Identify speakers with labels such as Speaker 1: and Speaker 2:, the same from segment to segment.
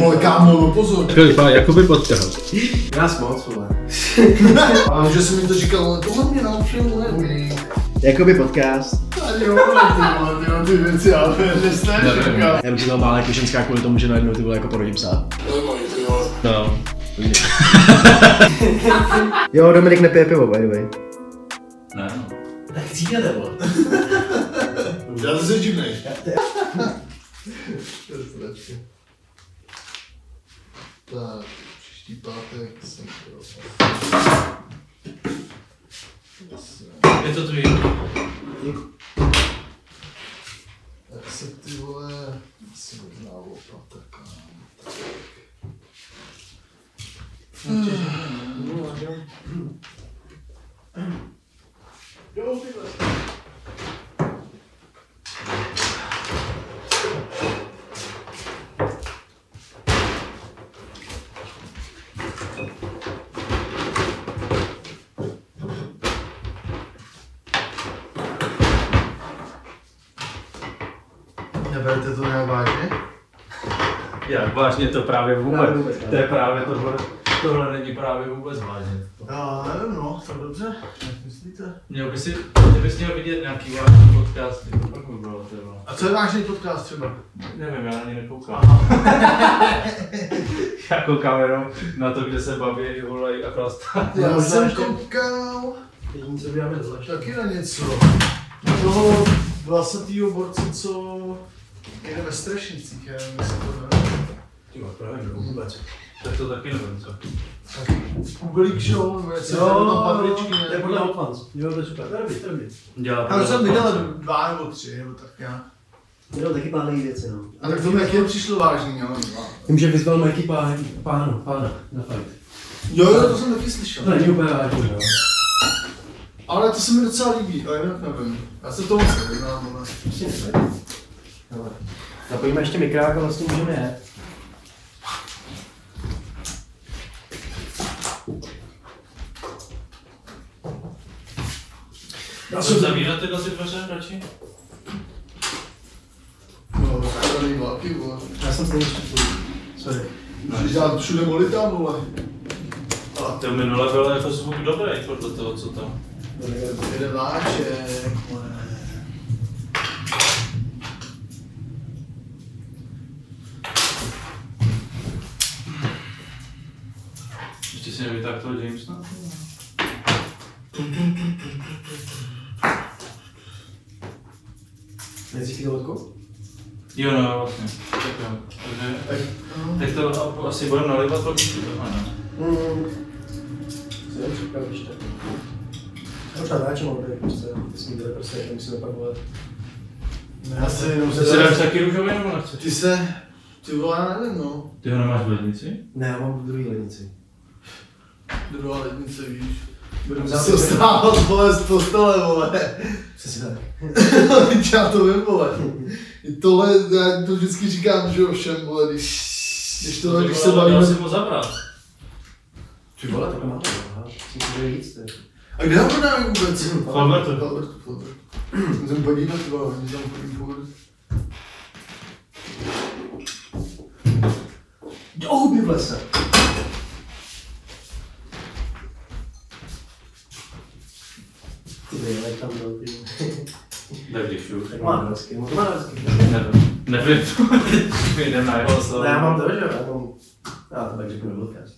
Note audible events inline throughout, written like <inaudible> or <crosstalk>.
Speaker 1: Vole, kámo, no pozor.
Speaker 2: To vypadá jakoby podcast.
Speaker 3: Nás moc, vole.
Speaker 1: A že jsi mi to říkal, ale tohle mě naučil Lenny.
Speaker 4: Jakoby podcast.
Speaker 1: Tady jo, ale ty vole, ty, vole, ty věci, ale nesnáš říkat.
Speaker 4: Já bych se toho bál jako ženská kvůli tomu, že najednou ty vole jako porodí psa.
Speaker 2: No.
Speaker 4: Jo, Dominik nepije pivo, by the way.
Speaker 2: Ne.
Speaker 3: Tak říkáte, vole.
Speaker 1: Já se divnej. Tak, příští pátek jsem
Speaker 3: Je to tvůj.
Speaker 1: Tak se ty vole, si možná lopata, kámo. Neberte to nějak vážně?
Speaker 3: Jak vážně to právě vůbec.
Speaker 4: Právě vůbec, ne.
Speaker 3: to je právě tohle. Tohle není právě vůbec vážně.
Speaker 1: Já nevím, no, tak dobře. Jak myslíte?
Speaker 3: Měl by si, ty bys měl vidět nějaký vážný podcast, to pak by bylo ty vole.
Speaker 1: A co je vážný podcast třeba?
Speaker 3: Nevím, já na ně nekoukám. <laughs> já koukám jenom na to, kde se baví i volej a chlastá.
Speaker 1: Já
Speaker 4: možná
Speaker 1: jsem
Speaker 4: ještě-
Speaker 1: koukal
Speaker 4: Jediný, co uděláme zvlášť.
Speaker 1: taky na něco. No, Na toho vlasatýho borce, co jede ve Strašnicích, já nevím, jestli to jmenuje.
Speaker 3: Ty máš právě nebo vůbec. Tak to taky nevím, co.
Speaker 1: Kubelík Show, jmenuje se
Speaker 4: Jo,
Speaker 1: tam papričky
Speaker 4: to je
Speaker 1: nějaký.
Speaker 4: podle Hotmans. Jo, to je super, to je dobrý, to je dobrý.
Speaker 3: Dělá
Speaker 1: Já už jsem viděl dva nebo tři, nebo tak nějak.
Speaker 4: Jo, taky pár lidí věci, no.
Speaker 1: A tak to taky přišlo vážný, ale no.
Speaker 4: Vím, že vyzval Mikey pán, pánu, pána na fight.
Speaker 1: Jo, jo, to jsem taky slyšel.
Speaker 4: To není úplně no. vážné, jo.
Speaker 1: Ale to se mi docela líbí, ale jinak nevím. Já se to no, moc nevyznám, ale...
Speaker 4: Zapojíme ještě mikrák a vlastně můžeme jet.
Speaker 3: Já jsem zavírat tyhle ty dveře radši?
Speaker 1: No, to není války, vole.
Speaker 4: Já jsem stejně štěpil. Sorry.
Speaker 1: Můžeš dělat No, všude molitá, vole.
Speaker 3: A to minule byl jako zvuk dobrý podle toho, co tam.
Speaker 1: Jede váček, vole.
Speaker 3: Ještě si nevytáhl toho Jamesa?
Speaker 4: Nejdřív ty vodku?
Speaker 3: Jo, no, vlastně. Tak jo. Takže,
Speaker 1: Tak, no.
Speaker 3: tak to asi budeme nalivat určitě tohle, no. ne?
Speaker 4: Mm. Co je připravit ještě? Možná dáčem odběr, prostě. Ty jsme byli prostě, jak musíme pak volat.
Speaker 1: Já si jenom
Speaker 3: Ty si dáš taky růžový nebo nechceš?
Speaker 1: Ty se... Ty vole, já nevím, no.
Speaker 3: Ty ho nemáš v lednici?
Speaker 4: Ne, já mám v druhý lednici.
Speaker 1: Druhá lednice, víš. Budeme
Speaker 4: Za-
Speaker 1: se stávat, vole, z postele, vole. No,
Speaker 4: Přesně tak.
Speaker 1: Teď já to vím, vole. I tohle, já to vždycky říkám, že jo, všem, vole, když... Když tohle, když se
Speaker 3: Dal
Speaker 1: bavíme...
Speaker 3: si mu zabrat.
Speaker 4: Ty vole, to má to, aha. Jsem si že víc, ty.
Speaker 1: A kde ho podáme vůbec?
Speaker 3: Albertu.
Speaker 1: Albertu, Albertu. Jsem podívat, ty vole, oni tam chodím pohodě.
Speaker 4: Do huby v lese. Ty vole, jak tam byl, ty.
Speaker 3: Tak když už.
Speaker 4: <laughs> Tak má hezky, no to má hezky.
Speaker 3: Nevím. Nevím. <laughs> My jdeme na jeho slovo.
Speaker 4: Ne, já mám to, že jo, No, já mám... Já to tak řeknu na podcast.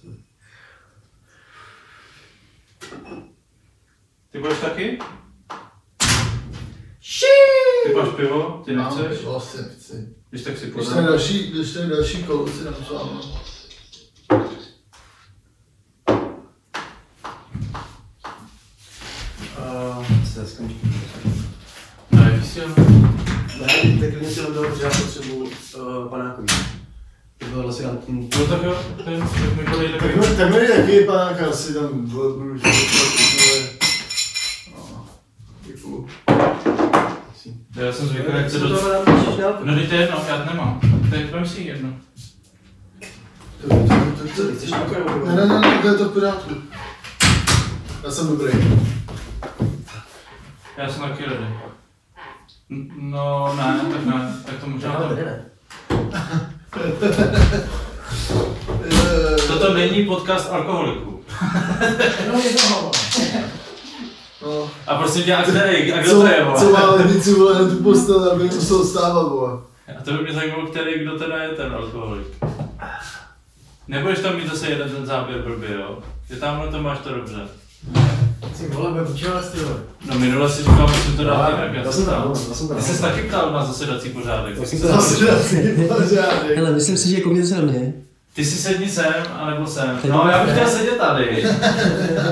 Speaker 3: Ty budeš taky? Ty máš pivo? Ty nechceš?
Speaker 1: Vlastně nechci.
Speaker 3: Když tak si
Speaker 1: Když tady
Speaker 3: podám.
Speaker 1: další, když tady další kolo si dám s vámi.
Speaker 4: Uh, se skončím.
Speaker 3: Ne, víš jo.
Speaker 4: Ne, tak klidně si hodil, že já potřebuji uh, panákový. To bylo vlastně asi dám tím.
Speaker 3: No tak jo, ten, tak mi podej takový.
Speaker 1: Tak no, mi taky panák asi tam vole, budu říkat, vole. No, Děkuju.
Speaker 3: Já jsem zvyklý, jak se
Speaker 4: to
Speaker 3: do...
Speaker 4: dám ještě dál?
Speaker 3: No teď to je jedno, já to nemám. Tak vem si jedno.
Speaker 1: To- to- to-
Speaker 4: Co
Speaker 1: to-
Speaker 4: ty chceš takovou?
Speaker 1: Ne, ne, ne, ne, no, to je to v pořádku. Já jsem dobrý.
Speaker 3: Já jsem taky ready. N-
Speaker 4: No,
Speaker 3: No ne, tak ne, tak to možná
Speaker 4: Já
Speaker 3: to...
Speaker 4: to ne.
Speaker 1: Eh,
Speaker 3: Toto není podcast alkoholiků.
Speaker 5: Jenom jedna hlava.
Speaker 1: No,
Speaker 3: A prosím tě, a kdo, je, a kdo
Speaker 1: co,
Speaker 3: to je, vole?
Speaker 1: co má levici, vole, na tu postel, aby musel stávat, vole.
Speaker 3: A to by mě zajímalo, který, kdo teda je ten alkoholik. Nebudeš tam mít zase jeden ten záběr blbě, jo? Ty tamhle to máš to dobře.
Speaker 5: Ty vole, budem učila s tím.
Speaker 3: No minule si říkal, musím to dát jinak, já
Speaker 4: Já
Speaker 3: jsem
Speaker 4: jsem tam,
Speaker 3: tam.
Speaker 4: já jsem tam.
Speaker 3: Ty jsi taky ptal na zasedací pořádek.
Speaker 4: Já jsem
Speaker 5: To
Speaker 4: tam.
Speaker 5: zase dá pořádek.
Speaker 2: Hele, myslím si, že koukněte se na mě.
Speaker 3: Ty si sedni sem, anebo sem. No já bych chtěl sedět tady.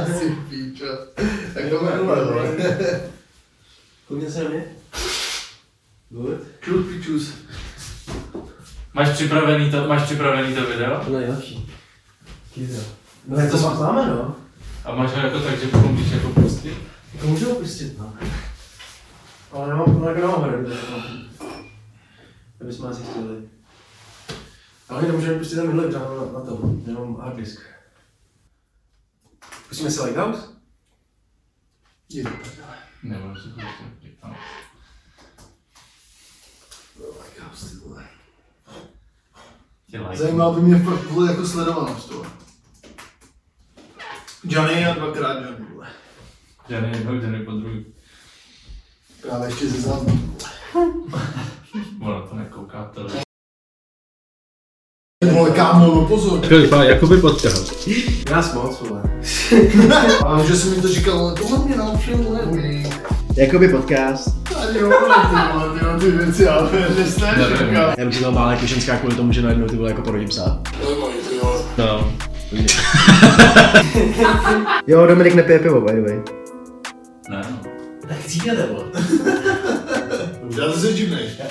Speaker 1: Asi píčo. Tak to minule, vole.
Speaker 4: Koukněte se na mě. Good.
Speaker 1: Kluk píčus.
Speaker 3: Máš připravený to, máš připravený to video?
Speaker 4: To je nejlepší. Kýza. No
Speaker 2: jako
Speaker 4: tak to pak máme, no.
Speaker 3: A máš ho jako tak, že potom můžeš jako pustit?
Speaker 4: To můžu opustit, no. Ale nemám, no, jako nemám hry, Aby jsme asi chtěli. Ale my nemůžeme pustit ten minulý na, na to, jenom hard disk. Pustíme si Lighthouse?
Speaker 3: Nemůžu si pustit. Ano.
Speaker 1: Lighthouse, ty vole.
Speaker 3: Tě like.
Speaker 1: Zajímá by mě fakt vole jako sledovanost, vole. Johnny a dvakrát Johnny, vole.
Speaker 3: Žádný jednou, žádný no, po druhý.
Speaker 1: Právě ještě ze záznamu.
Speaker 3: Ona to nekouká, to
Speaker 1: Vole, kámo, no pozor.
Speaker 6: Kolik má Jakoby podtrhal.
Speaker 4: Je Nás moc, vole.
Speaker 1: A že jsem mi to říkal, ale tohle mě naučil, vole.
Speaker 2: Jakoby podcast.
Speaker 1: Tady jo, vole, ty vole, ty vole, ty věci, ale nesnáš,
Speaker 6: Nevím.
Speaker 1: říkám.
Speaker 2: Já bych si toho bál jako ženská kvůli tomu, že najednou ty vole jako porodí psa.
Speaker 6: No.
Speaker 2: Jo, Dominik nepije pivo, by the way.
Speaker 3: Ne, no.
Speaker 4: Tak cítě, vole.
Speaker 1: Já to se divnej.